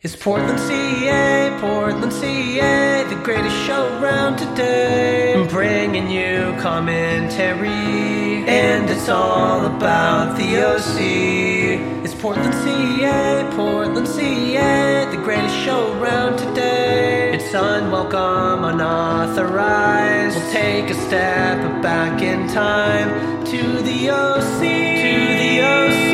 It's Portland CA, Portland CA, the greatest show around today. I'm bringing you commentary, and it's all about the OC. It's Portland CA, Portland CA, the greatest show around today. It's unwelcome, unauthorized. We'll take a step back in time to the OC, to the OC.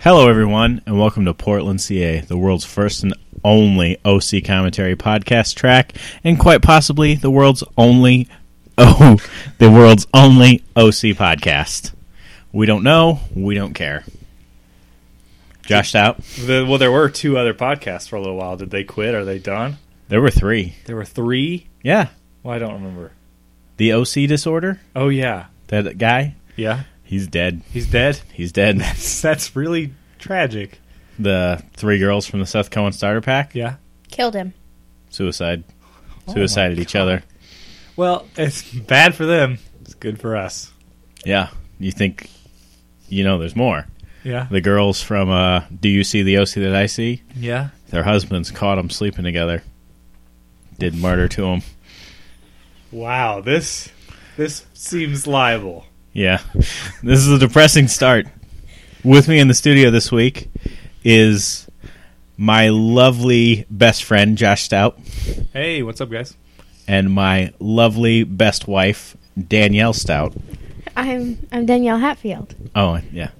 Hello, everyone, and welcome to Portland, CA, the world's first and only OC commentary podcast track, and quite possibly the world's only oh, the world's only OC podcast. We don't know, we don't care. Joshed out. The, well, there were two other podcasts for a little while. Did they quit? Are they done? There were three. There were three. Yeah, Well, I don't remember. the OC disorder. Oh yeah, That guy, yeah. he's dead. He's dead. He's dead. That's really tragic. the three girls from the Seth Cohen starter pack. Yeah. Oh Killed him. Suicide. my Suicided each other. Well, it's bad for them. It's good for us. Yeah. You think you know there's more. Yeah. the girls from uh, Do You See the OC That I See? Yeah. Their husbands caught them sleeping together. Did murder to them. Wow. This this seems liable. Yeah. This is a depressing start. With me in the studio this week is my lovely best friend, Josh Stout, Hey, what's up, guys? and my lovely best wife, Danielle Stout. I'm I'm Danielle Hatfield. Oh, yeah.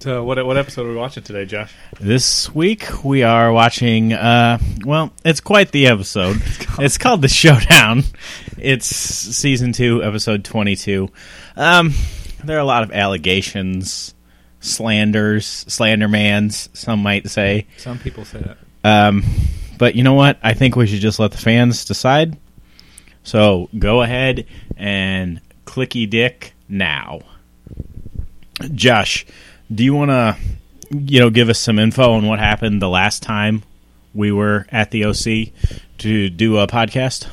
So, what what episode are we watching today, Josh? This week we are watching. Uh, well, it's quite the episode. it's, called- the Showdown. It's season two, episode twenty-two. Um, there are a lot of allegations, slanders, slandermans. Some might say. Some people say that. Um, but you know what? I think we should just let the fans decide. So go ahead and clicky dick now. Josh, do you want to, you know, give us some info on what happened the last time we were at the OC to do a podcast?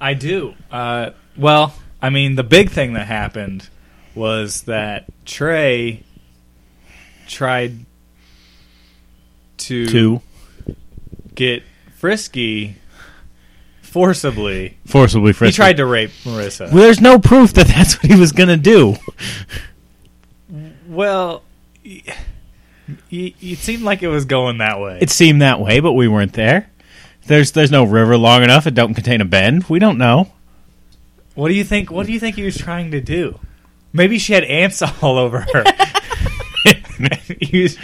I do. Uh, well, I mean, the big thing that happened was that Trey tried to To get frisky forcibly. forcibly He frisk. tried to rape Marissa. Well, there's no proof that that's what he was going to do. Well, y- y- it seemed like it was going that way. It seemed that way, but we weren't there. There's there's no river long enough. It don't contain a bend. We don't know. what do you think? What do you think he was trying to do? Maybe she had ants all over her. he was,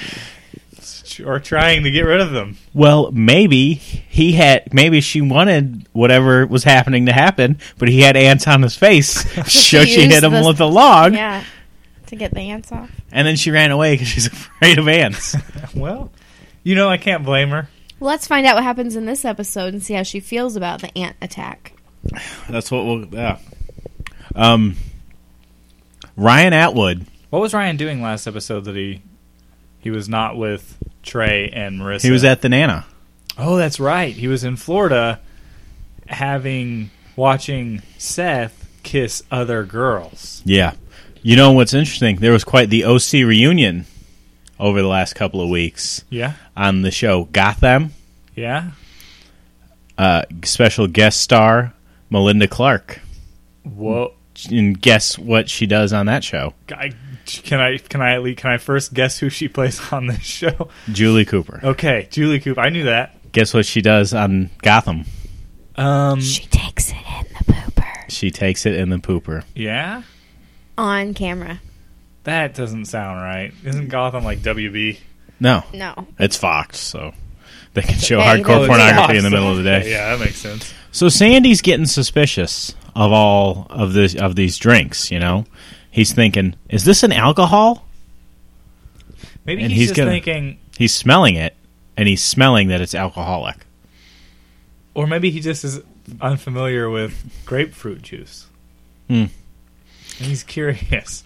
or trying to get rid of them. Well, maybe he had, maybe she wanted whatever was happening to happen, but he had ants on his face, so she used hit him the- with a log, Yeah. To get the ants off. and then she ran away because she's afraid of ants. Well, you know, I can't blame her. Well, let's find out what happens in this episode and see how she feels about the ant attack. That's what we'll, yeah. Um, Ryan Atwood, What was Ryan doing last episode that he he was not with Trey and Marissa? he was at the Nana. Oh, that's right. He was in Florida having watching Seth kiss other girls. Yeah. You know what's interesting? There was quite the OC reunion over the last couple of weeks Yeah. on the show Gotham. Yeah. Uh, special guest star Melinda Clark. Whoa. and guess what she does on that show? I, can I can I at least, can I first guess who she plays on this show? Julie Cooper. Okay, Julie Coop. I knew that. Guess what she does on Gotham? Um She takes it in the pooper. She takes it in the pooper. yeah. On camera. That doesn't sound right. Isn't Gotham like WB? No, No. it's Fox, so they can show Hey, hardcore they- pornography in the middle of the day. Yeah, that makes sense. So Sandy's getting suspicious of all of this of these drinks. You know, he's thinking, "Is this an alcohol?" Maybe And he's, he's just gonna- thinking, He's smelling it, and he's smelling that it's alcoholic. or maybe he just is unfamiliar with grapefruit juice. Hmm. And he's curious.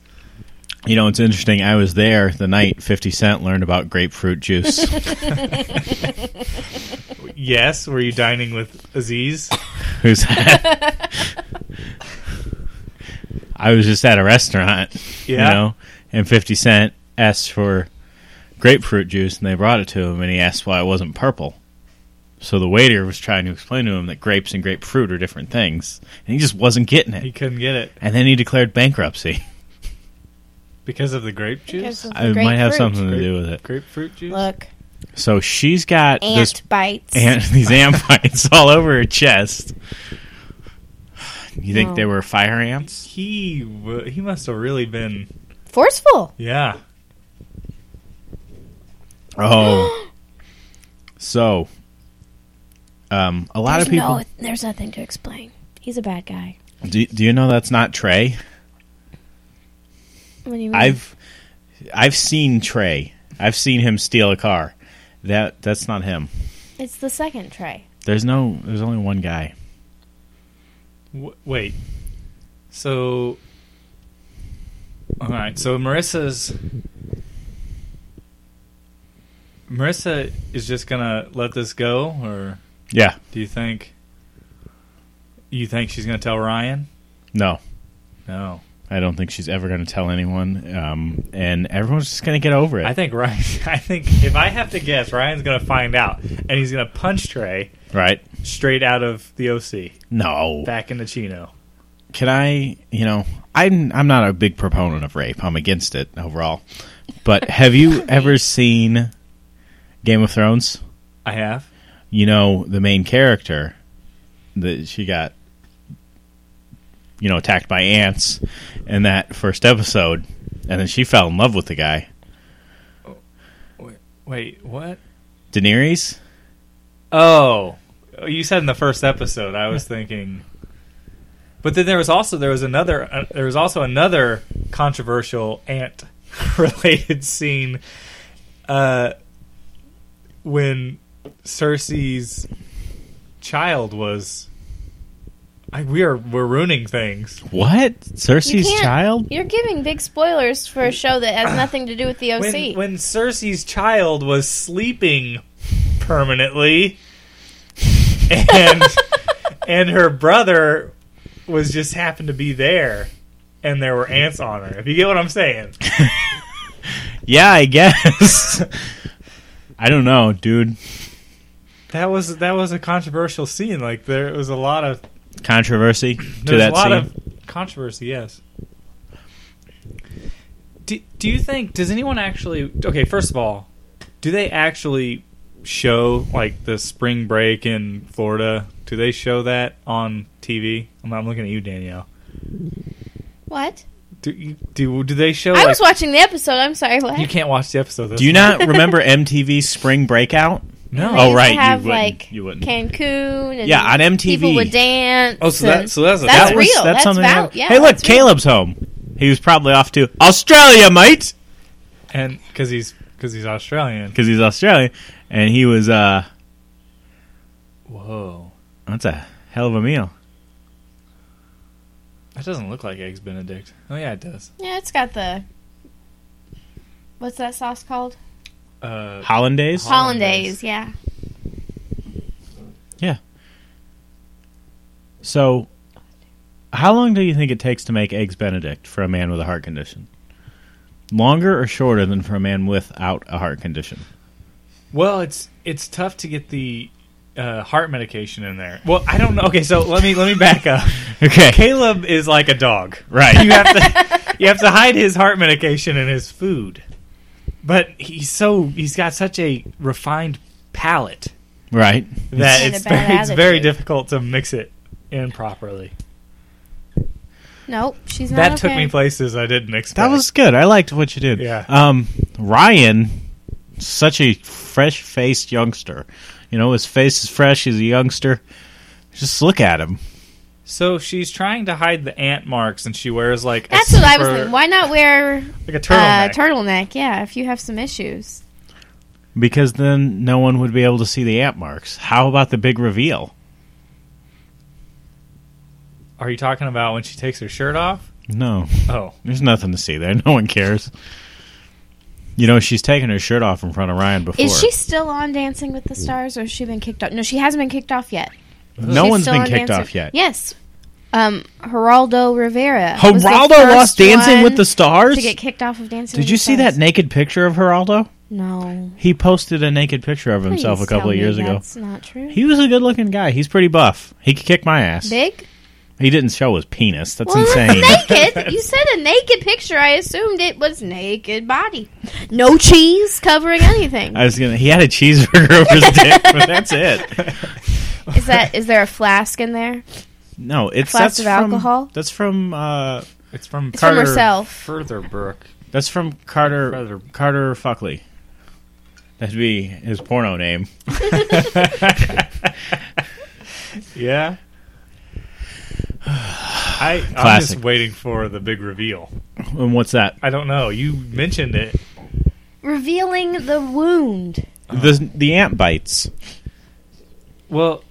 You know, it's interesting. I was there the night Fifty Cent learned about grapefruit juice. Yes, were you dining with Aziz? Who's that? I was just at a restaurant, you Yeah. know, and 50 Cent asked for grapefruit juice and they brought it to him and he asked why it wasn't purple. So the waiter was trying to explain to him that grapes and grapefruit are different things and he just wasn't getting He it. couldn't get it And then he declared bankruptcy. because of the grape juice. Because of the It might have grapefruit. something to Grape- do with it. Grapefruit juice. Look, So she's got ant this bites. ant, these ant bites all over her chest. You think No. they were fire ants? He w- he must have really been Forceful. yeah. Oh. so um, a lot there's of people No, there's nothing to explain. He's a bad guy. do, do you know that's not Trey? What do you mean? I've I've seen Trey. I've seen him steal a car. That that's not him. it's the second tray. There's no. There's only one guy. W- wait. So. All right. So Marissa's. Marissa is just gonna let this go, or Yeah. do you think? You think she's gonna tell Ryan? No. No, I don't think she's ever going to tell anyone. Um, and everyone's just going to get over it. I think Ryan. I think if I have to guess, Ryan's gonna find out, and he's gonna punch Trey right? straight out of the OC No. back into Chino. Can I? You know, I'm I'm not a big proponent of rape. I'm against it overall. But have you ever seen Game of Thrones? I have. you know the main character that she got you know attacked by ants in that first episode and then she fell in love with the guy Wait, what? Daenerys Oh, you said in the first episode. I was thinking, but then there was also there was another uh, there was also another controversial ant related scene uh, when Cersei's child was. I, we are we're ruining things. what You Cersei's can't- child You're giving big spoilers for a show that has nothing to do with the OC. When when Cersei's child was sleeping permanently, and and her brother was just happened to be there, and there were ants on her. If you get what I'm saying, yeah I guess I don't know dude that was that was a controversial scene. Like there was a lot of controversy to There's that a lot scene of controversy, yes. Do, do you think does anyone actually okay, first of all, do they actually show like the spring break in Florida? Do they show that on TV? I'm, I'm looking at you, Danielle. what? Do you, do do they show I like, was watching the episode. I'm sorry. What? you can't watch the episode. do you not remember MTV's Spring Breakout No. They used Oh, right, you To have wouldn't- like you wouldn't. Cancun. And Yeah, on MTV. People would dance. Oh, so that and- so that's, That's That that was- was- real. That's something that- valid. Yeah, hey look that's real. Caleb's home he was probably off to Australia mate and because he's because he's Australian. because he's Australian and he was uh Whoa, that's a hell of a meal that doesn't look like eggs Benedict. Oh yeah, it does. yeah, it's got the. What's that sauce called? Uh, Hollandaise. Hollandaise. Hollandaise. Yeah. So, how long do you think it takes to make eggs Benedict for a man with a heart condition? Longer or shorter than for a man without a heart condition? Well, it's it's tough to get the uh, heart medication in there. Well, I don't know. Okay, so let me let me back up. Okay, Caleb is like a dog. right. You have to you have to hide his heart medication in his food, but he's so he's got such a refined palate Right. that And a it's bad very, it's very attitude. difficult to mix it in properly. Nope. She's not. That took okay. me places I didn't expect. That was good. I liked what you did. Yeah. Um, Ryan, such a fresh faced youngster. You know, his face is fresh. He's a youngster. Just look at him. so. She's trying to hide the ant marks, and she wears like That's a what I was super- thinking. Why not wear like a turtleneck. turtleneck. Uh, turtleneck? Yeah, if you have some issues. Because then no one would be able to see the ant marks. How about the big reveal? Are you talking about when she takes her shirt off? No. Oh. There's nothing to see there. No one cares. You know, she's taking her shirt off in front of Ryan before. Is she still on Dancing with the Stars, or has she been kicked off? No, she hasn't been kicked off yet. no She's one's still been on kicked Dancing- off yet. Yes, Um, Geraldo Rivera. was the Geraldo first lost Dancing one with the Stars. To get kicked off of Dancing. with Did you the see that Stars. naked picture of Geraldo? No. He posted a naked picture of himself Please a couple tell of me years ago. That's not true. He was a good-looking guy. He's pretty buff. He could kick my ass. Big. He didn't show his penis. That's Well, insane. that's naked. You said a naked picture. I assumed it was naked body. No cheese covering anything. I was gonna. He had a cheeseburger over his dick, but that's it. Is that is there a flask in there? No, it's Flask that's of from, alcohol? That's from. Uh, It's from It's Carter from herself. Furtherbrook. that's from Carter. Brother. Carter Fuckley. That'd be his porno name. Yeah. I, I'm Classic. just waiting for the big reveal. And what's that? I don't know. You mentioned it. Revealing the wound. The the ant bites. Well,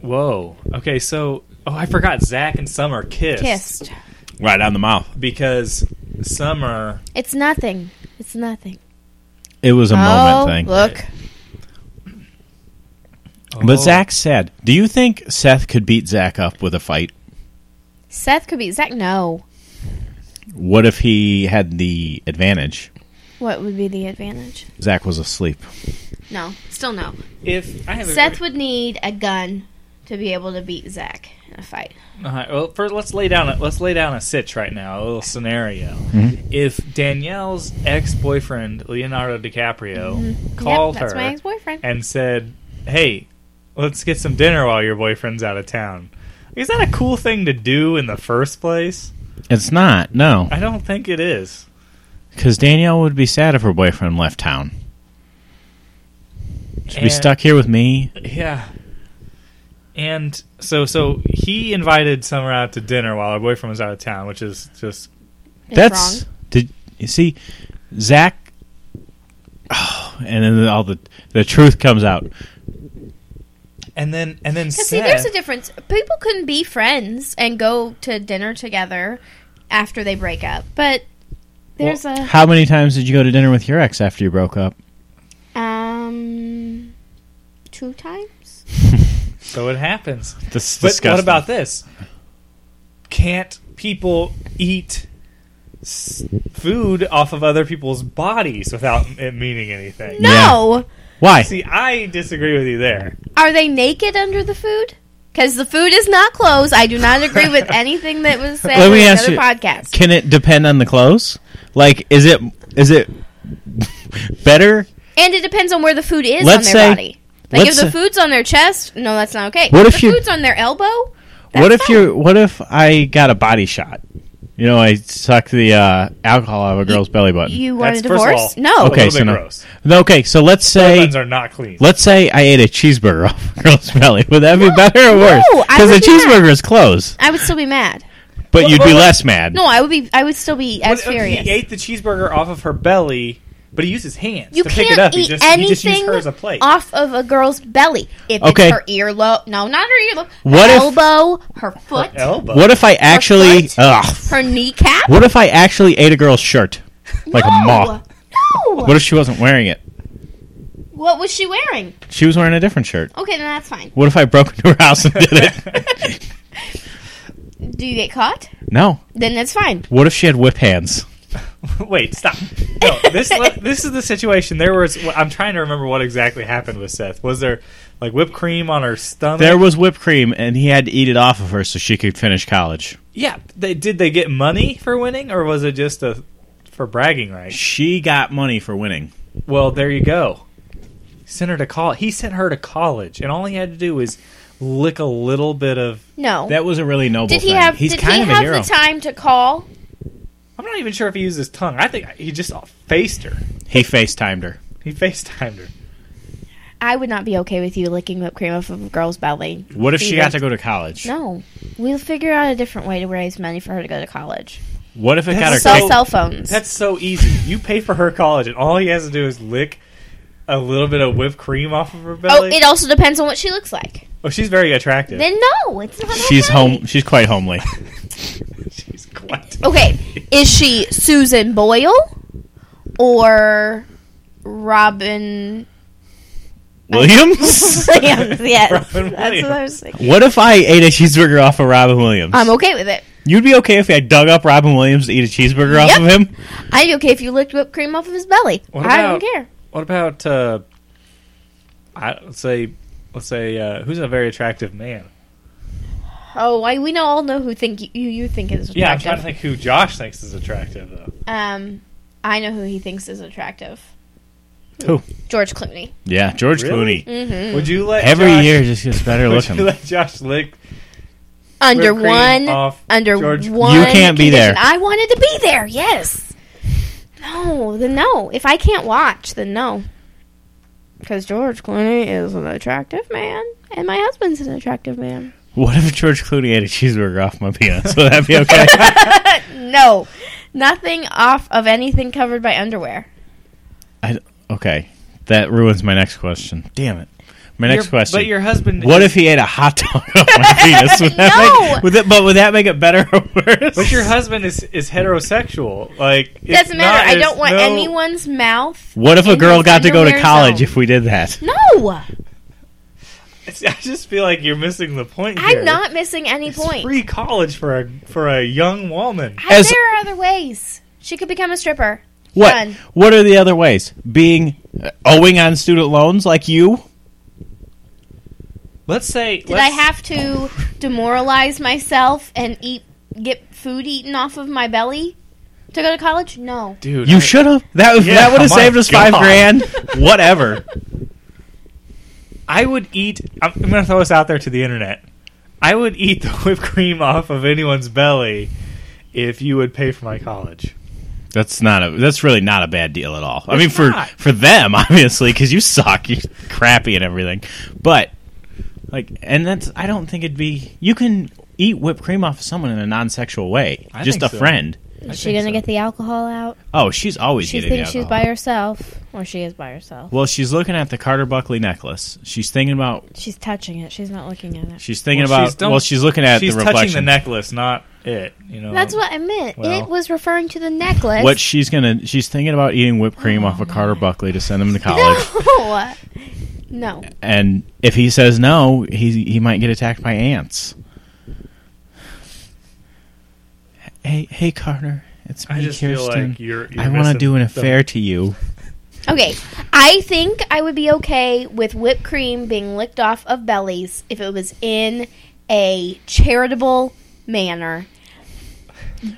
whoa. Okay, so oh, I forgot. Zach and Summer kissed, Kissed. Right on the mouth. because Summer. It's nothing. It's nothing. It was a oh, moment thing. look. oh, But Zach said, "Do you think Seth could beat Zach up with a fight? Seth could be Zach. No. What if he had the advantage? What would be the advantage? Zach was asleep. No. Still no. if I have Seth would need a gun to be able to beat Zach in a fight. All right, uh-huh, well, first let's lay down a, let's lay down a sitch right now, a little scenario. Mm-hmm. If Danielle's ex boyfriend Leonardo DiCaprio called Mm-hmm. Yep, that's her my ex-boyfriend. and said, "Hey, let's get some dinner while your boyfriend's out of town," is that a cool thing to do in the first place? It's not no, I don't think it is. because Danielle would be sad if her boyfriend left town. She'd be And- stuck here with me. Yeah. And so so he invited Summer out to dinner while her boyfriend was out of town, which is just It's That's wrong. did you see Zach? Oh, and then all the the truth comes out. and then and then Because see, there's Seth, a difference. People can be friends and go to dinner together after they break up, but there's How many times did you go to dinner with your ex after you broke up? a um two times. so it happens. This is But what disgusting. about this? Can't people eat s- food off of other people's bodies without it meaning anything? No, why? See, I disagree with you there. are they naked under the food? Because the food is not clothes. I do not agree with anything that was said Let in me the ask other you- podcast. Can it depend on the clothes? Like, is it is it better? And it depends on where the food is Let's on their say- body. Like if let's the say- food's on their chest, no, that's not okay. What if if the you- food's on their elbow? what that's if you? What if I got a body shot? You know, I sucked the uh, alcohol out of a girl's belly fine. button. you want a That's- first of divorce? all- no. A Okay, little so bit no. gross. okay, so let's say Buns are not clean. let's say I ate a cheeseburger off a girl's belly. Would that be better or worse? no, I Because would a be mad. cheeseburger is clothes, I would still be mad. but Well, you'd well, be well- less mad. No, I would be. I would still be as What- okay, furious. He ate the cheeseburger off of her belly, but he used his hands you to can't pick it up. eat he just, he just used anything her as a plate. off of a girl's belly. If Okay. it's her earlobe, no, not her earlobe. What her if- elbow, her foot, her, Elbow. What if I actually? foot? Ugh, kneecap? what if I actually ate a girl's shirt, like no. a moth? No. What, What if she wasn't wearing it? was she wearing? She was wearing a different shirt. Okay, then that's fine. What if I broke into her house and did it? Do you get caught? no. Then that's fine. What if she had whip hands? Wait, stop. No, this this is the situation. There was. I'm trying to remember what exactly happened with Seth. Was there like whipped cream on her stomach? There was whipped cream, and he had to eat it off of her so she could finish college. Yeah. They, did they get money for winning, or was it just a for bragging rights? She got money for winning. Well, there you go. Sent her to college. He sent her to college, and all he had to do was lick a little bit of. No. That was a really noble did he thing. have? He's did kind he of a have hero. the time to call? I'm not even sure if he used his tongue. I think he just faced her. he FaceTimed her. He FaceTimed her. I would not be okay with you licking whipped cream off of a girl's belly. What if she Even. got to go to college? No, we'll figure out a different way to raise money for her to go to college. What if it got her That's Sell kicked? cell phones. That's so easy. You pay for her college, and all he has to do is lick a little bit of whipped cream off of her Oh, belly. it also depends on what she looks like. Oh, she's very attractive. Then no, it's not. She's okay. home. She's quite homely. she's quite. Okay, is she Susan Boyle or Robin Williams? Williams, yes. Robin That's what I Williams. was thinking. what if I ate a cheeseburger off of Robin Williams? I'm okay with it. You'd be okay if I dug up Robin Williams to eat a cheeseburger off Yep. of him? I'd be okay if you licked whipped cream off of his belly. What I don't about- care. What about uh, I let's say let's say uh, who's a very attractive man? Oh, I, we know all know who think you you, you think is attractive. Yeah, I'm trying to think who Josh thinks is attractive though. Um, I know who he thinks is attractive. Who? George Clooney. Mm-hmm. Yeah, George Really? Clooney. Would you let Every Josh- year just gets better Would you looking. let Josh lick Under whipped cream one. off Under George- one. You can't be there. condition. I wanted to be there. Yes. No. Then no. If I can't watch, then no. Because George Clooney is an attractive man, and my husband's an attractive man. What if George Clooney ate a cheeseburger off my penis? Would that be okay? No, nothing off of anything covered by underwear. okay. That ruins my next question. Damn it. My next Your- question. But your husband what if he ate a hot dog off my penis? Would that No! make, would that, but would that make it better or worse? But your husband is is heterosexual. Like it's Doesn't matter. not- I there's don't want no- anyone's mouth. what if a in girl his got to go to underwear college zone. if we did that? No, it's- I just feel like you're missing the point. here. I'm not missing any It's point. free college for a for a young woman. I- As- there are other ways. She could become a stripper. What? Done. What are the other ways? Being uh, owing on student loans like you? Let's say Did I have to demoralize myself and eat get food eaten off of my belly to go to college? No. dude? You I- should have. That Yeah, that would have my saved us five God. grand. Whatever. I would eat. I'm, I'm going to throw this out there to the internet. I would eat the whipped cream off of anyone's belly if you would pay for my college. That's not a. That's really not a bad deal at all. I It's mean, for not. for them, obviously, because you suck, you crappy and everything. But like, and that's. I don't think it'd be. You can eat whipped cream off of someone in a non-sexual way, I just a think so. friend. Is she think gonna so. get the alcohol out? Oh, she's always getting alcohol. herself, or she is by herself. well, she's looking at the Carter Buckley necklace. She's thinking about. She's touching it. She's not looking at it. She's thinking Well, about. she's don't- well, she's looking at She's the touching the reflection. necklace, not it. You know. That's what I meant. Well. it was referring to the necklace. Um, What she's gonna? She's thinking about eating whipped cream off of Carter Buckley to send him to college. No. No. and if he says no, he he might get attacked by ants. Hey, hey, Carter, it's me, I just Kirsten. feel like you're. you're I want to missing do an the- affair to you. Okay, I think I would be okay with whipped cream being licked off of bellies if it was in a charitable manner.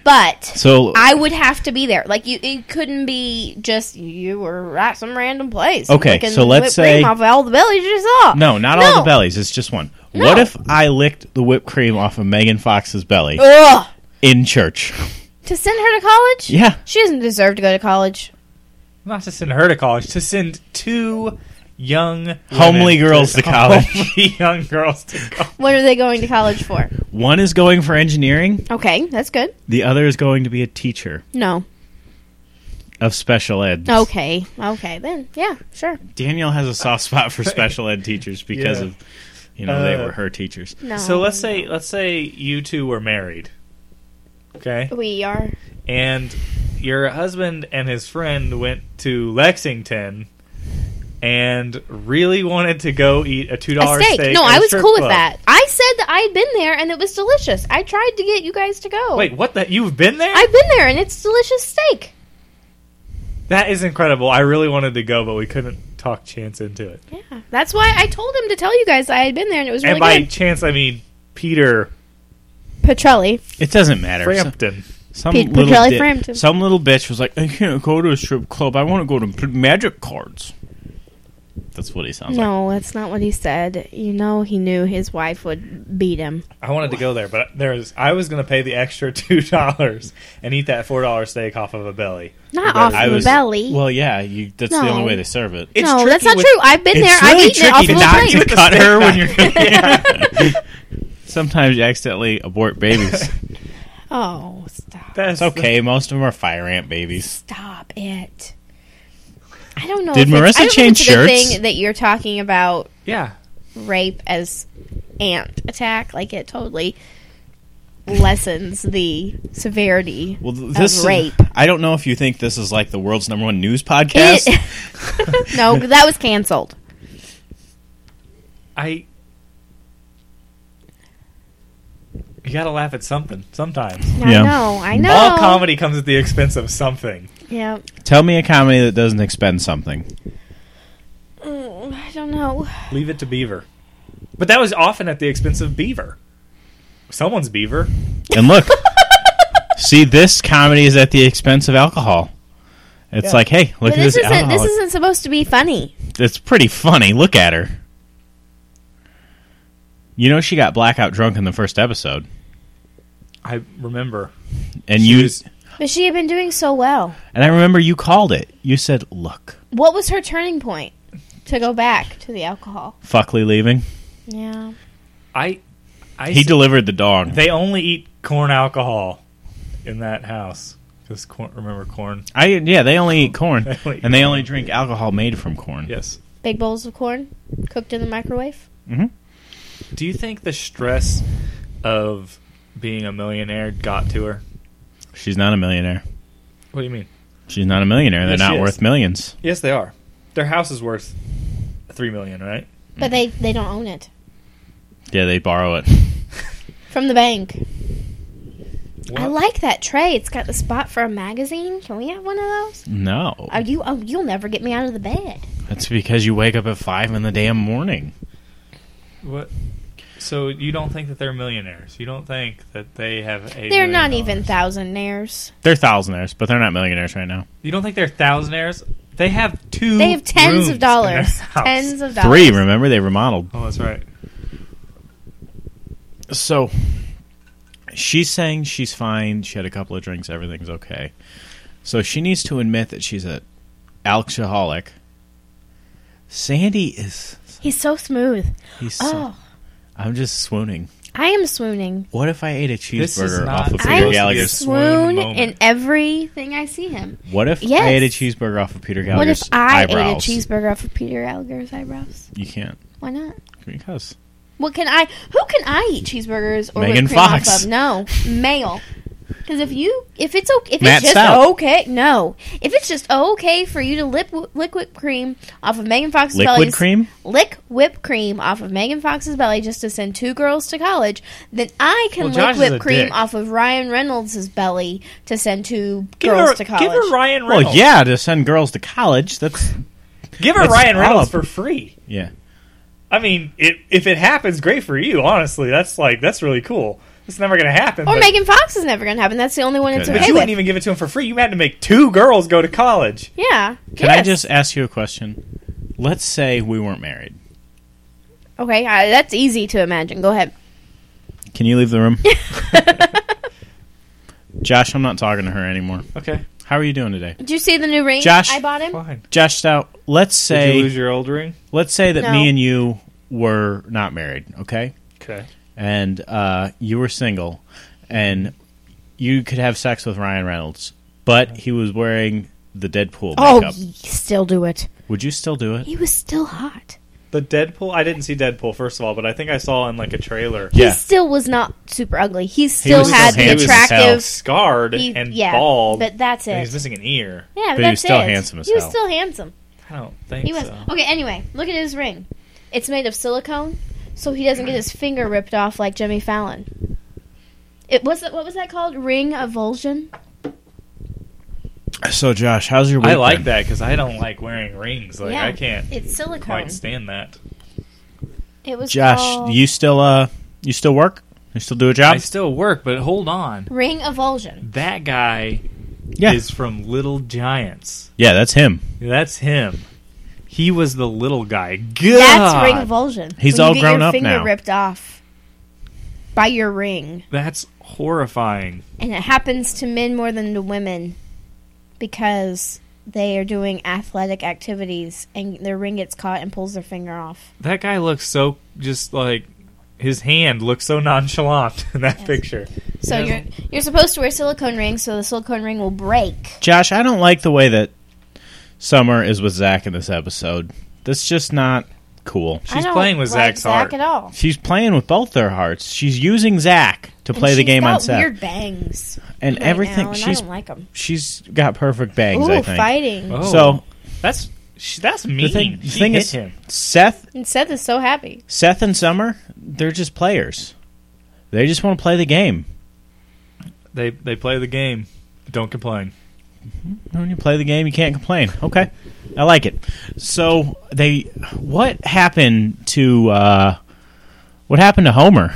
But So I would have to be there. Like you, it couldn't be just you were at some random place. Okay, licking so let's whipped cream say- off all the bellies you saw. no, not all No. the bellies. It's just one. No. What if I licked the whipped cream off of Megan Fox's belly Ugh. in church? To send her to college? Yeah, She doesn't deserve to go to college. Not to send her to college. To send two young Homely women girls to college. Homely young girls to college. What are they going to college for? one is going for engineering. Okay, that's good. The other is going to be a teacher No. of special ed. Okay. Okay, then. Yeah, sure. Danielle has a soft spot for special ed teachers because Yeah. of you know they Uh, were her teachers. No. So let's say let's say you two were married. Okay. we are and your husband and his friend went to Lexington and really wanted to go eat a two a dollar steak. steak. No, at a I was strip cool with club. that. I said that I had been there and it was delicious. I tried to get you guys to go. Wait, what? That you've been there? I've been there and it's delicious steak. that is incredible. I really wanted to go, but we couldn't talk Chance into it. Yeah, that's why I told him to tell you guys I had been there and it was really and by good. Chance, I mean Peter Petrelli. It doesn't matter. Frampton. Some Pete little Petrelli di- Frampton. some little bitch was like, I can't go to a strip club. I want to go to p- Magic Cards. That's what he sounds like. No, that's not what he said. You know, he knew his wife would beat him. I wanted to go there, but there was I was going to pay the extra two dollars and eat that four dollar steak off of a belly. Not But off I of was- a belly. Well, yeah, you, that's the No. only way they serve it. It's no, that's tricky not with- true. I've been there. it's I've really eaten it off tricky of a not plate. to plate. cut her when you're. Yeah. Sometimes you accidentally abort babies. Oh, stop. That's It's okay. Most of them are fire ant babies. Stop it. I don't know. Did if it's- Marissa I don't change think it's a good shirts? thing that you're talking about Yeah. rape as ant attack. Like it totally lessens the severity. Well, th- this rape. I don't know if you think this is like the world's number one news podcast. It- no, that was canceled. I. You gotta laugh at something sometimes. Yeah. I know. I know. All comedy comes at the expense of something. Yeah. Tell me a comedy that doesn't expend something. Mm, I don't know. Leave it to Beaver. But that was often at the expense of Beaver. Someone's Beaver. And look, see, this comedy is at the expense of alcohol. It's Yeah. like, hey, look But at this this isn't. This alcohol. isn't supposed to be funny. It's pretty funny. Look at her. You know, she got blackout drunk in the first episode, I remember. and She you was- But she had been doing so well. and I remember you called it. You said, "Look, What was her turning point to go back to the alcohol? Fuckley leaving." Yeah. I. I He see- delivered the dog. They only eat corn alcohol in that house. Because corn, remember corn? I yeah, they only eat corn, They only eat and they corn. only drink alcohol made from corn. Yes. Big bowls of corn cooked in the microwave. Do you think the stress of being a millionaire got to her? She's not a millionaire. What do you mean? She's not a millionaire. They're Yes, she not is. worth millions. Yes, they are. Their house is worth three million, right? But they they don't own it Yeah, they borrow it. from the bank. I Well, like that tray. It's got the spot for a magazine. Can we have one of those? No, Oh, you oh, you'll never get me out of the bed. that's because you wake up at five in the damn morning. what? So you don't think that they're millionaires? You don't think that they have a? They're million not even dollars? thousandaires. They're thousandaires, but they're not millionaires right now. You don't think they're thousandaires? They have two. They have rooms tens in their of dollars. house. Tens of dollars. Three, remember they remodeled. Oh, that's right. So she's saying she's fine. She had a couple of drinks. Everything's okay. So she needs to admit that she's a alcoholic. Sandy is. He's so smooth. He's. so- Oh, I'm just swooning. I am swooning. What if I ate a This is cheeseburger not off of supposed Peter to be a Gallagher's? swoon Swoon moment. in everything I see him. What if Yes. I ate a cheeseburger off of Peter What Gallagher's if I eyebrows? ate a cheeseburger off of Peter Gallagher's eyebrows? You can't Why not? because What can I? Who can I eat cheeseburgers or Megan whipped cream off Fox. of? No, male. Because if you, if it's okay, if Matt it's just Stout. okay, no, if it's just okay for you to lip lick whipped cream off of Megan Fox's liquid belly, cream. lick whipped cream off of Megan Fox's belly just to send two girls to college, then I can Well, Josh lick is a whipped cream dick. off of Ryan Reynolds' belly to send two Give girls her, to give college. her Ryan Well, Reynolds. yeah, to send girls to college. That's Give her That's Ryan all Reynolds of- for free. yeah. I mean, it, if it happens, great for you. Honestly, that's like that's really cool. It's never gonna happen. or but Megan Fox is never going to happen. That's the only one it's Could but okay you with. wouldn't even give it to him for free. You had to make two girls go to college. yeah. Can I Yes. just ask you a question? Let's say we weren't married. Okay, I, that's easy to imagine. Go ahead. Can you leave the room? Josh, I'm not talking to her anymore. Okay, How are you doing today? Did you see the new ring Josh- I bought him? fine. Josh Stout, let's Did you say lose your old ring? let's say that No. me and you were not married, okay? Okay. And uh, you were single and you could have sex with Ryan Reynolds, but he was wearing the Deadpool Oh, makeup. ye- still do it. Would you still do it? He was still hot. The Deadpool. I didn't see Deadpool first of all, but I think I saw in like a trailer. He still was not super ugly. He still was had still the handsome as hell. attractive. Scarred he- and yeah, bald. but that's and he's it. missing an ear. Yeah, but, he was that's still it. handsome as He was hell. still handsome. I don't think He was so. okay. Anyway, look at his ring. It's made of silicone, so he doesn't get his finger ripped off like Jimmy Fallon. It was what was that called? Ring avulsion. So Josh, how's your week I like been? that because I don't like wearing rings. Like yeah, I can't It's silicone. quite stand that. It was Josh, called you still uh you still work? You still do a job? I still work, but hold on. ring avulsion. That guy yeah. is from Little Giants. yeah, that's him. That's him. He was the little guy. That's ring God, avulsion. He's when all you get grown your up finger now. ripped off by your ring, that's horrifying. and it happens to men more than to women because they are doing athletic activities and their ring gets caught and pulls their finger off. That guy looks so just like his hand looks so nonchalant in that Yes. picture. So Yeah. you're you're supposed to wear silicone rings so the silicone ring will break. Josh, I don't like the way that Summer is with Zach in this episode. That's just not cool. I She's don't playing with like Zach's Zach heart. at all. She's playing with both their hearts. She's using Zach to play And the she's game got on set, Weird bangs. and right everything now, and I she's don't like them. she's got perfect bangs. I Ooh, think fighting. Oh, so. that's She, that's mean. thing- the she thing hit is- him. Seth And Seth is so happy. Seth and Summer, they're just players. They just want to play the game. They they play the game. Don't complain. When you play the game, you can't complain. Okay, I like it. So they, what happened to uh, what happened to Homer,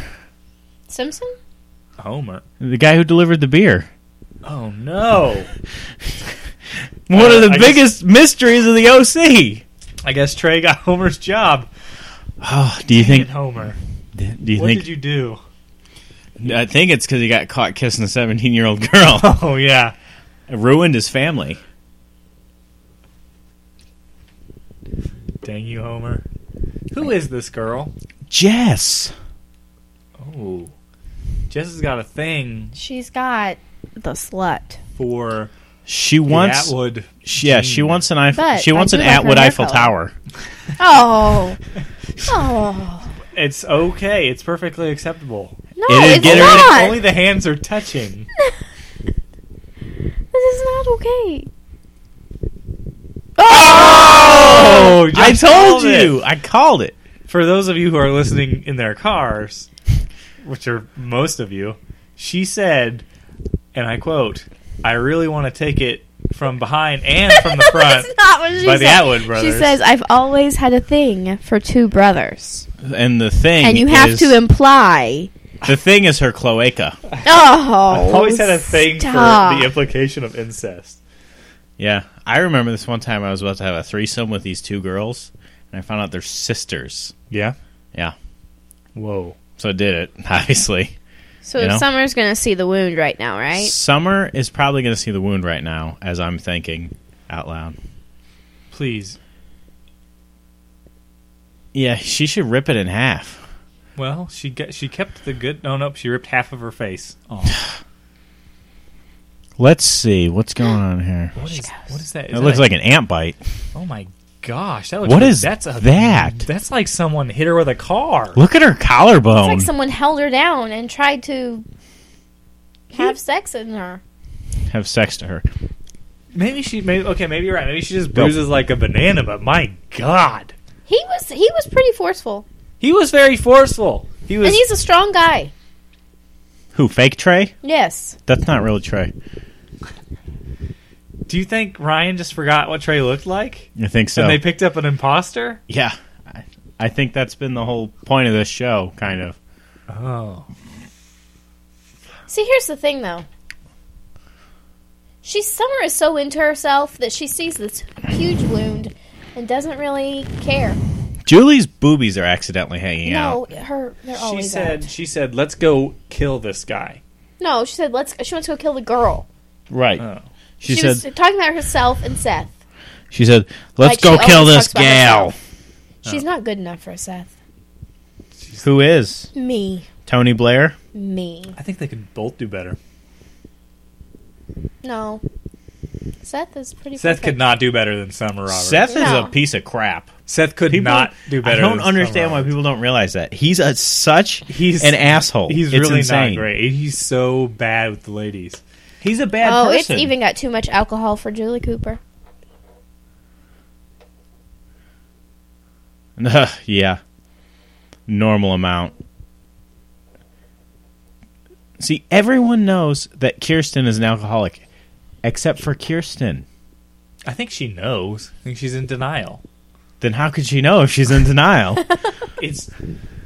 Simpson? Homer. the guy who delivered the beer? Oh no. One of the I biggest mysteries of the OC. I guess Trey got Homer's job. Oh, do you Dang think? it, Homer. Do you What think? did you do? I think it's because he got caught kissing a seventeen-year-old girl. Oh yeah. it ruined his family. Dang you, Homer. Who is this girl? Jess. Oh. Jess has got a thing She's got the slut. for She the wants. Atwood. she- yeah, she gene. wants an Eiffel. But she I wants do an like her Atwood hair Eiffel color. Tower. Oh. Oh. It's okay. It's perfectly acceptable. No, It'd it's get her in- not. Only the hands are touching. this is not okay. Oh! you I just told called it. you. I called it. For those of you who are listening in their cars, which are most of you, she said, and I quote, "I really want to take it from behind and from the front." That's not what she by the said. Atwood She brothers. says, I've always had a thing for two brothers. And the thing And you have is, to imply. the thing is her cloaca. Oh. I've always had a thing stop. for the implication of incest. Yeah, I remember this one time I was about to have a threesome with these two girls, and I found out they're sisters. Yeah. Yeah, Whoa. so I did it. Obviously, So you know? Summer's going to see the wound right now, right? Summer is probably going to see the wound right now as I'm thinking out loud. Please. Yeah, she should rip it in half. Well, she get, she kept the good. No, nope. She ripped half of her face. Oh, Let's see what's going on here. what is what is that? Is It that looks a- like an ant bite. Oh my gosh! That looks What like- is that's a, that? That's like someone hit her with a car. Look at her It's collarbone. like someone held her down and tried to have sex in her. have sex to her. Maybe she. Maybe okay. Maybe you're right. Maybe she just Go. bruises like a banana. But my God, He was he was pretty forceful, he was very forceful. He was. and he's a strong guy. Who fake Trey? Yes, That's not really Trey. do you think Ryan just forgot what Trey looked like, I think so. and they picked up an imposter? Yeah. I, I think that's been the whole point of this show, kind of. Oh, See, here's the thing, though. She Summer is so into herself that she sees this huge wound and doesn't really care. Julie's boobies are accidentally hanging out. No, her they're she always said. Oh, out. She said, "Let's go kill this guy." No, she said let's. She wants to go kill the girl. Right. Oh. She, she said was talking about herself and Seth. she said, "Let's Like, go she kill always this talks about gal." herself. Oh. She's not good enough for Seth. Who is? Me, Tony Blair? me. I think they could both do better. No. Seth is pretty. Seth perfect. could not do better than Summer Roberts. Seth is No. a piece of crap. Seth could People not do better. I don't than understand Summer why Roberts. people don't realize that. He's a such He's- an asshole. He's It's really insane. not great. He's so bad with the ladies. He's a bad Oh, person. it's even got too much alcohol for Julie Cooper. yeah. Normal amount. See, everyone knows that Kirsten is an alcoholic, except for Kirsten. I think she knows. I think she's in denial. Then how could she know if she's in denial? It's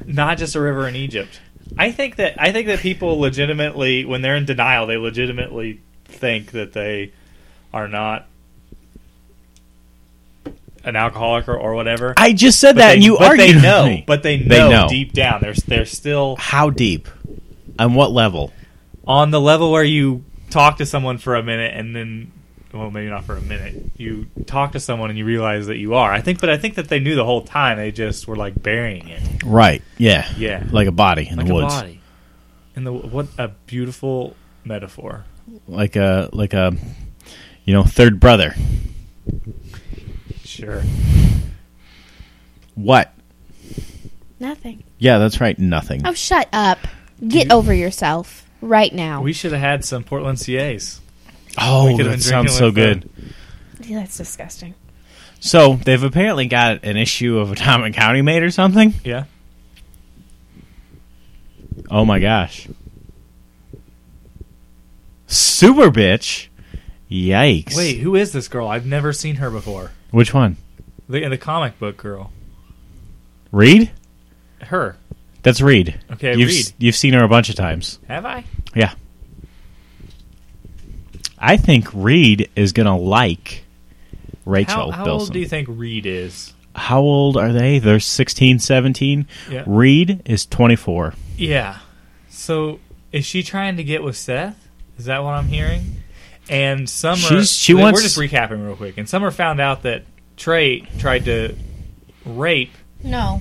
not just a river in Egypt. I think that I think that people legitimately, when they're in denial, they legitimately think that they are not an alcoholic or, or whatever. I just said But that, they- and you but argued they with know, me. but they know, know. deep down they're they're still how deep? On what level? on the level where you talk to someone for a minute and then well maybe not for a minute you talk to someone and you realize that you are i think but i think that they knew the whole time they just were like burying it Right. Yeah. Yeah. Like a body in like the woods. a body in the what a beautiful metaphor Like a like a you know third brother. sure What? Nothing. Yeah, that's right. Nothing. Oh, shut up. Get over yourself right now. we should have had some portland cas Oh, We could've been that sounds drinking so with good. That's disgusting. So they've apparently got an issue of Atomic County made or something. Yeah. Oh my gosh. Super bitch. Yikes. Wait, who is this girl? I've never seen her before. Which one? The the comic book girl. Reed? Her. That's Reed. Okay, you've, Reed. s- You've seen her a bunch of times. Have I? Yeah. I think Reed is going to like How, Rachel how Bilson. old do you think Reed is? how old are they? They're 16, 17. Yeah. Reed is 24. Yeah. So is she trying to get with Seth? Is that what I'm hearing? And Summer, She's- she we're wants- just recapping real quick. And Summer found out that Trey tried to rape. No.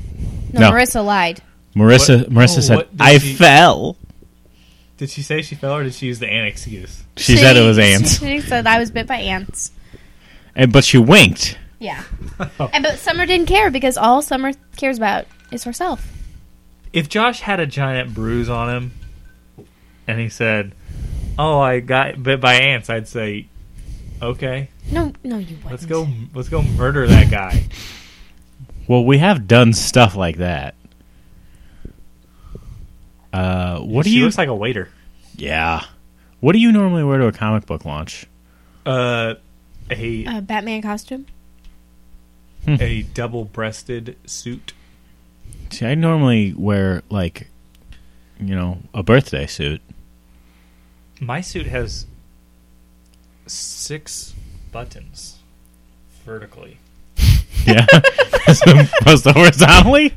No, No. Marissa lied. Marissa What- Marissa oh, said, what did I she- fell. Did she say she fell, or did she use the an excuse? She, said it was ants. She said I was bit by ants. and, but she winked. Yeah. and but Summer didn't care because all Summer cares about is herself. If Josh had a giant bruise on him, and he said, "Oh, I got bit by ants," I'd say, "Okay, No, no, you wouldn't. let's go, let's go murder that guy." Well, we have done stuff like that. Uh, what do she you? looks like a waiter. yeah. What do you normally wear to a comic book launch? Uh, a A Batman costume. a double-breasted suit. See, I normally wear like, you know, a birthday suit. My suit has six buttons vertically. Yeah, as opposed to horizontally.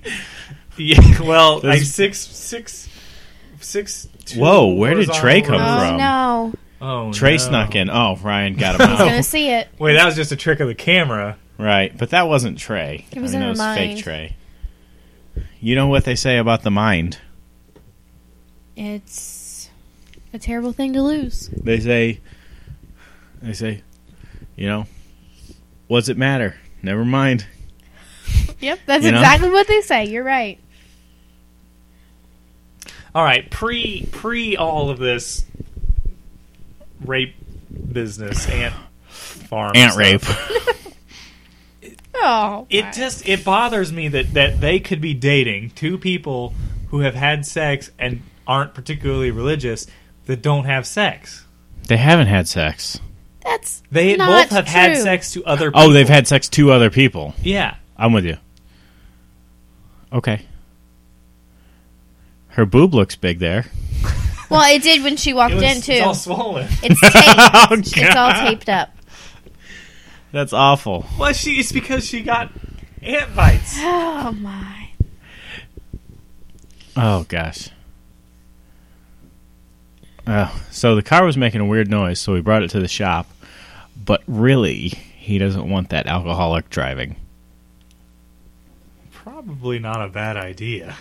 Yeah, well, I There's- six six six. two Whoa, where did Trey horizontal come rows. from? no! Oh, Trey no. snuck in. Oh, Ryan got him I was out. gonna see it. Wait, that was just a trick of the camera. right, but that wasn't Trey. It was I mean, in that her was fake mind. Trey. You know what they say about the mind? It's a terrible thing to lose. they say they say you know what's it matter never mind Yep, that's You know? exactly what they say. You're right. All right, pre pre all of this rape business ant farm ant stuff. rape Oh, It my. just it bothers me that that they could be dating two people who have had sex and aren't particularly religious that don't have sex. they haven't had sex that's They Not both have had true. sex to other people. oh they've had sex to other people Yeah. i'm with you okay her boob looks big there well. It did when she walked It was, in too. It's all swollen. It's taped. Oh, it's all God. taped up. that's awful Well, she it's because she got ant bites. Oh my! oh gosh oh so the car was making a weird noise so we brought it to the shop but really he doesn't want that alcoholic driving Probably not a bad idea.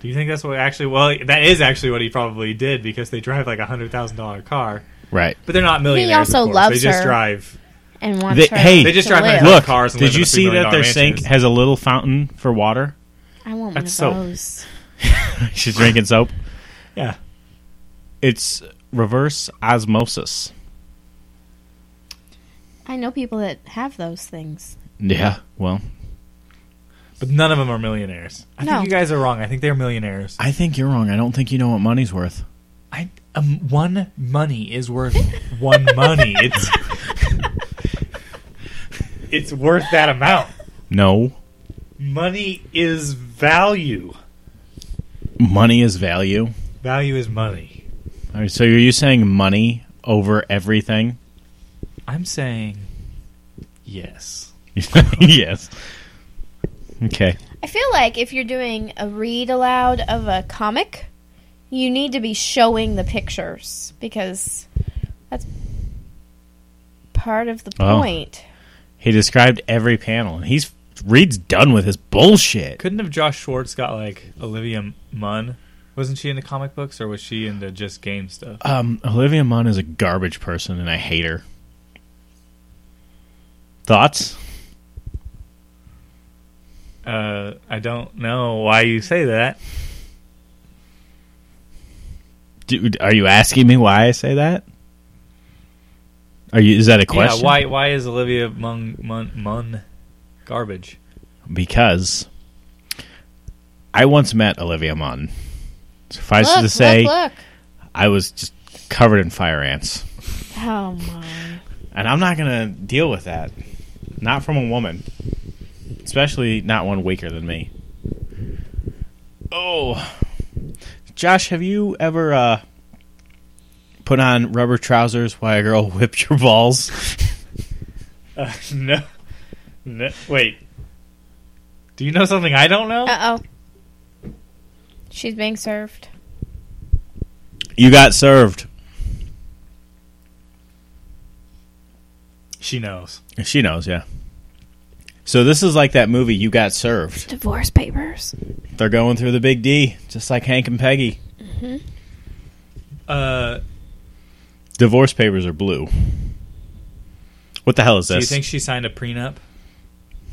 Do you think that's what actually? Well, that is actually what he probably did because they drive like a hundred thousand dollar car, right but they're not millionaires. of also course. loves They just her. drive. And wants They- her hey, They just to drive live. in a Look, cars and live did in you the see $3 that their mansions. sink has a little fountain for water? I want one of That's so- those. She's drinking soap. Yeah. It's reverse osmosis. I know people that have those things. Yeah. Well, But none of them are millionaires. I No. think you guys are wrong. I think they're millionaires. I think you're wrong. I don't think you know what money's worth. I um, one money is worth one money. It's it's worth that amount. No, Money is value. money is value. Value is money. All right, so are you saying money over everything? I'm saying yes. yes. Okay. I feel like if you're doing a read aloud of a comic, you need to be showing the pictures because that's part of the Oh. point. He described every panel, and he's Reed's done with his bullshit. Couldn't have Josh Schwartz got like Olivia Munn? Wasn't she into comic books or was she into just game stuff? Um, Olivia Munn is a garbage person, and I hate her. Thoughts? Uh, I don't know why you say that. Dude, are you asking me why I say that? Are you? Is that a question? Yeah, why why is Olivia Munn Munn, Munn garbage? Because I once met Olivia Munn. Suffice look, to say, look, I was just covered in fire ants, look. Oh my. and I'm not gonna deal with that. Not from a woman, especially not one weaker than me. Oh, Josh, have you ever uh, put on rubber trousers while a girl whipped your balls? Uh, no, no. Wait. Do you know something I don't know? Uh oh. She's being served. You got served. she knows. She knows, yeah. So this is like that movie you got served. Divorce papers. They're going through the big D, just like Hank and Peggy. Uh, Divorce papers are blue. What the hell is do you this? think she signed a prenup?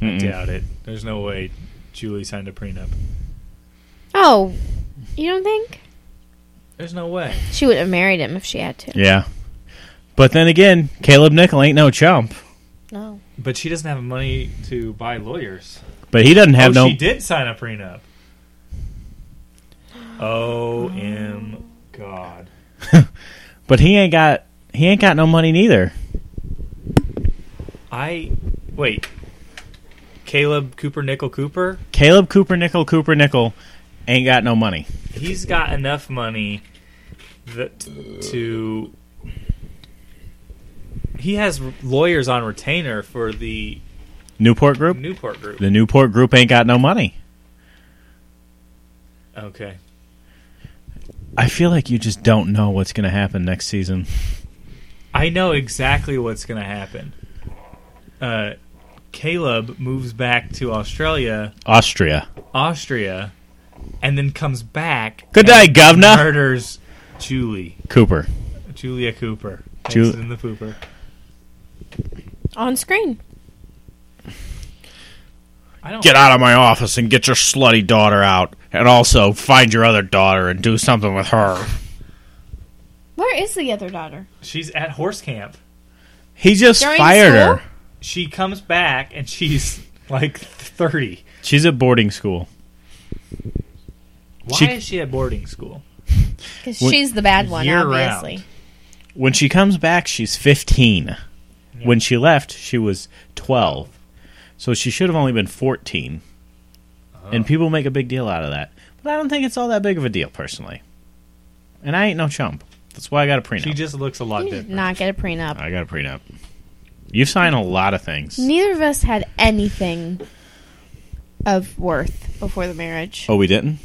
Mm-mm. Doubt it. There's no way Julie signed a prenup. Oh, you don't think There's no way. she would have married him if she had to? Yeah. But then again, Caleb Nickel ain't no chump. No. But she doesn't have money to buy lawyers. But he doesn't have oh, no. she did sign a prenup. Oh, m god. But he ain't got. He ain't got no money neither. I wait. Caleb Cooper Nickel Cooper. Caleb Cooper Nickel Cooper Nickel ain't got no money. He's got enough money that to. He has lawyers on retainer for the Newport Group. Newport group. The Newport Group ain't got no money. Okay. I feel like you just don't know what's gonna happen next season. I know exactly what's going to happen. Uh, Caleb moves back to Australia, Austria. Austria, and then comes back. Good day, and governor. Murders Julie, Cooper. Julia Cooper. Thanks Ju- in the pooper. On screen. I don't. Get out of my office and get your slutty daughter out. And also find your other daughter and do something with her. Where is the other daughter? She's at horse camp. He just During fired school? her. She comes back and she's like thirty. She's at boarding school. Why She- is she at boarding school? Because When- she's the bad one, Year obviously. round. When she comes back, she's 15. When she left, she was 12. So she should have only been 14. And people make a big deal out of that. But I don't think it's all that big of a deal, personally. And I ain't no chump. That's why I got a prenup. She just looks a lot You did different. not get a prenup. I got a prenup. You've signed a lot of things. Neither of us had anything of worth before the marriage. Oh, we didn't?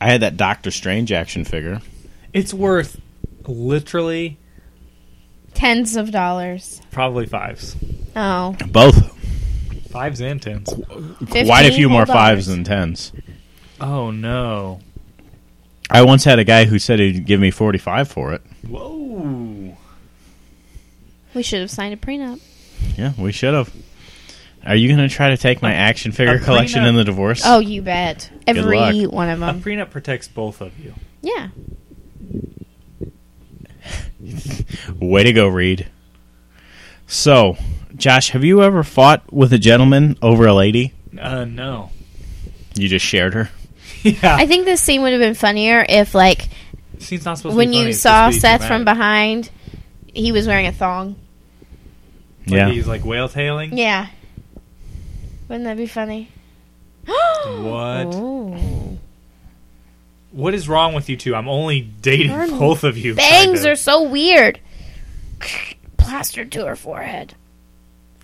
I had that Doctor Strange action figure. It's worth literally Tens of dollars. probably fives, Oh. Both. fives and tens. Quite a 15 few whole more fives dollars. than tens. Oh no! I once had a guy who said he'd give me 45 for it. Whoa! We should have signed a prenup. Yeah, we should have. Are you going to try to take my action figure a collection prenup- in the divorce? Oh, you bet. Every luck. one of A them. prenup protects both of you. Yeah. Way to go, Reed. So, Josh, have you ever fought with a gentleman over a lady? Uh, no. You just shared her. Yeah. I think this scene would have been funnier if, like, Scene's not supposed when to be funny, you it's saw supposed to be Seth from dramatic. behind, he was wearing a thong. yeah. Like he's like whale tailing. Yeah. Wouldn't that be funny? What? Ooh. What is wrong with you two? I'm only dating Her both of you. Bangs kinda. are so weird. Plastered to her forehead.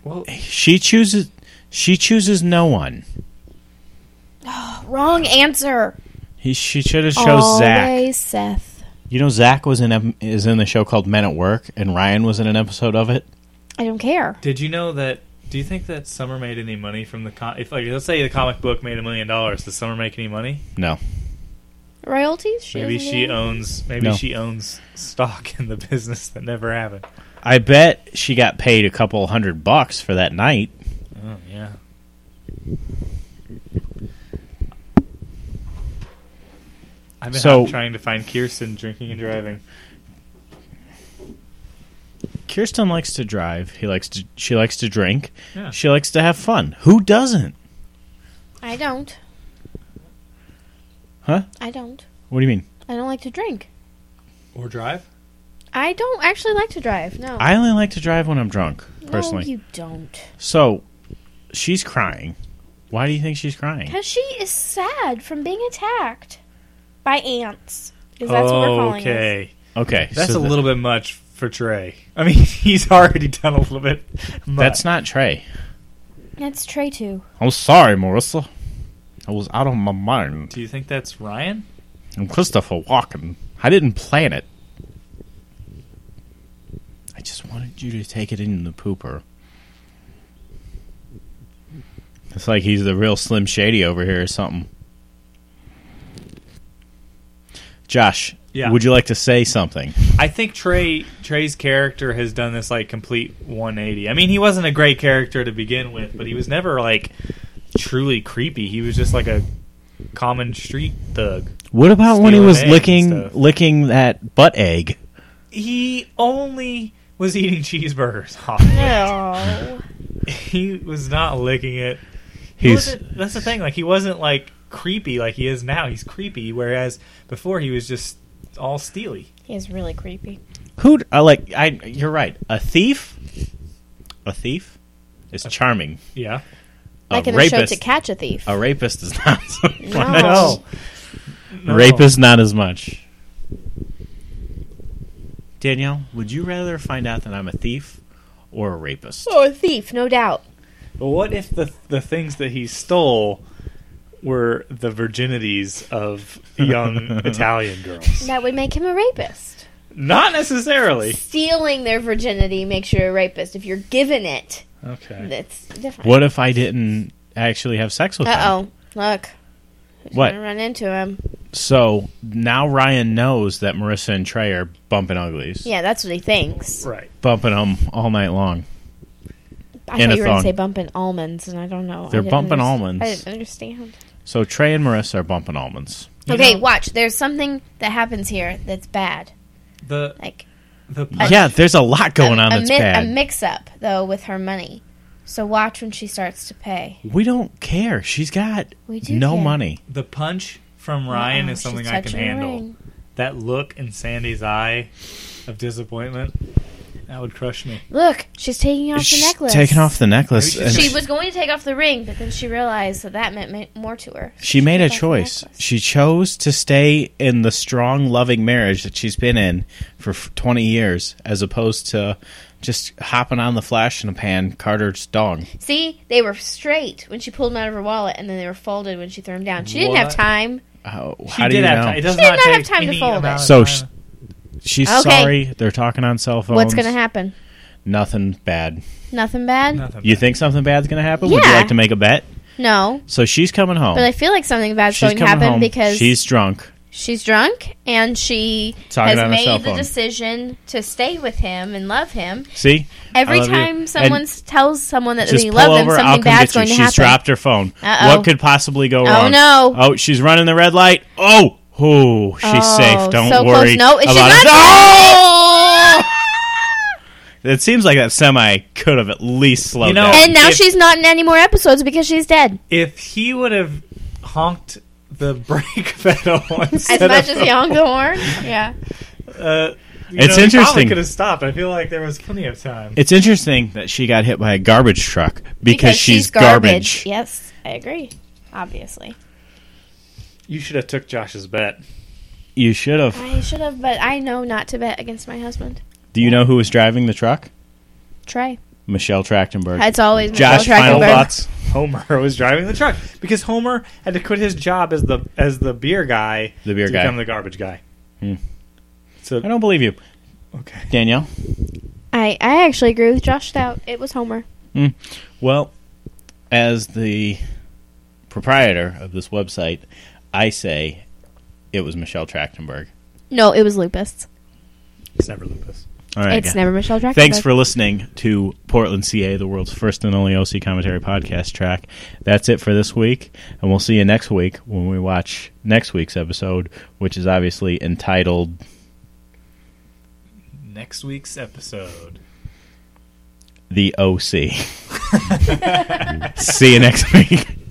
Well, She chooses she chooses no one. Wrong answer. He, she should have chose Zach. Always Seth. You know Zach was in em- is in the show called Men at Work and Ryan was in an episode of it. I don't care. did you know that? Do you think that Summer made any money from the com? If like, let's say the comic book made a million dollars, does Summer make any money? No. Royalties? She Maybe doesn't she uh, get any? owns. Maybe No. she owns stock in the business that never happened. I bet she got paid a couple hundred bucks for that night. Oh yeah. I've been So- out trying to find Kirsten drinking and driving. Kirsten likes to drive. He likes to. She likes to drink. Yeah. She likes to have fun. Who doesn't? I don't. Huh? I don't. What do you mean? I don't like to drink. Or drive? I don't actually like to drive. No. I only like to drive when I'm drunk, personally. No, you don't. so, she's crying. Why do you think she's crying? Because she is sad from being attacked by ants. Because that's what we're calling it. okay. Okay, That's so a th- little bit much for Trey. I mean, he's already done a little bit. Much. That's not Trey. That's Trey too. I'm sorry, Marissa. I was out of my mind. Do you think that's Ryan? I'm Christopher Walken. I didn't plan it. I just wanted you to take it in the pooper. It's like he's the real Slim Shady over here or something. Josh, Yeah. would you like to say something? I think Trey Trey's character has done this like complete 180. I mean, he wasn't a great character to begin with, but he was never like truly creepy. He was just like a common street thug. What about when he Stealing was eggs and licking stuff. licking that butt egg? He only was eating cheeseburgers. off. No. he was not licking it. He He's wasn't- that's the thing. Like he wasn't like creepy like he is now. He's creepy, whereas before he was just all steely. he is really creepy. Who? I like. I. You're right. A thief. A thief is charming. Yeah. A like in the show rapist. To Catch a Thief. a rapist is not. So No. much. No. No. Rapist not as much. Danielle, would you rather find out that I'm a thief or a rapist? oh, a thief, no doubt. But what if the the things that he stole were the virginities of young Italian girls? That would make him a rapist. Not necessarily. Stealing their virginity makes you a rapist. If you're given it, Okay. that's different. What if I didn't actually have sex with him? Uh oh. Look. Who's What? gonna run into him. So now Ryan knows that Marissa and Trey are bumping uglies, Yeah, that's what he thinks. Right. bumping them all night long. I And thought a you were going thong. to say bumping almonds, and I don't know. I They're didn't bumping underst- almonds. I didn't understand. So Trey and Marissa are bumping almonds. You okay, know- watch. There's something that happens here that's bad. The Like the Uh, yeah, there's a lot going a, on a that's mi- bad. A mix-up though with her money. So watch when she starts to pay. We don't care. She's got We do no care. money. the punch from Ryan Uh-oh, is something oh, she's I can touching the handle. ring. That look in Sandy's eye of disappointment that would crush me. Look, she's taking off the necklace. Taking off the necklace. Maybe she's and She was going to take off the ring, but then she realized that that meant ma- more to her. she made a took off the choice. necklace. She chose to stay in the strong, loving marriage that she's been in for f- 20 years, as opposed to just hopping on the flash in a pan, Carter's dong. See, they were straight when she pulled them out of her wallet, and then they were folded when she threw them down. She didn't have What? time. How, She how do did you have know? time. It does She did not not have take time to any fold it. amount of So time. sh- She's Okay. sorry. They're talking on cell phones. What's going to happen? Nothing bad. Nothing bad. Nothing You bad. think something bad's going to happen? Would you Yeah. like to make a bet? No, So she's coming home. but I feel like something bad's she's going to coming happen home because she's drunk. She's drunk and she Talking on has her cell made the phone. decision to stay with him and love him. See, I Every love you. time And- someone s- tells someone that Just they pull love them, over. I'll something come bad's get you. going to She's happen. dropped her phone. Uh-oh. What could possibly go wrong? no. Oh, she's running the red light. Oh, oh, she's Oh, safe. Don't so close. worry. No, it's- she's about not it. safe. No! It seems like that semi could have at least slowed You know- down. And now If- she's not in any more episodes because she's dead. if he would have honked the brake pedal As instead much of as young horn. Yeah. Uh, you It's know, interesting. Could have stopped. I feel like there was plenty of time. It's interesting that she got hit by a garbage truck because, she's, garbage. Yes, I agree. Obviously. You should have took Josh's bet. You should have. I should have, but I know not to bet against my husband. Do you know who was driving the truck? Trey. Michelle Trachtenberg. That's always Josh, final Michelle Trachtenberg. thoughts. Homer was driving the truck because Homer had to quit his job as the as the beer guy. The beer to guy. become the garbage guy. Hmm. I So don't believe you, okay, Danielle. I, I actually agree with Josh Stout. It was Homer. Well, as the proprietor of this website, I say it was Michelle Trachtenberg. No, it was Lupus. it's never lupus. All right. it's guys. never Michelle Trachtenberg. Thanks for listening to Portland CA, the world's first and only OC commentary podcast track. That's it for this week, and we'll see you next week when we watch next week's episode, which is obviously entitled Next week's episode. the OC. See you next week.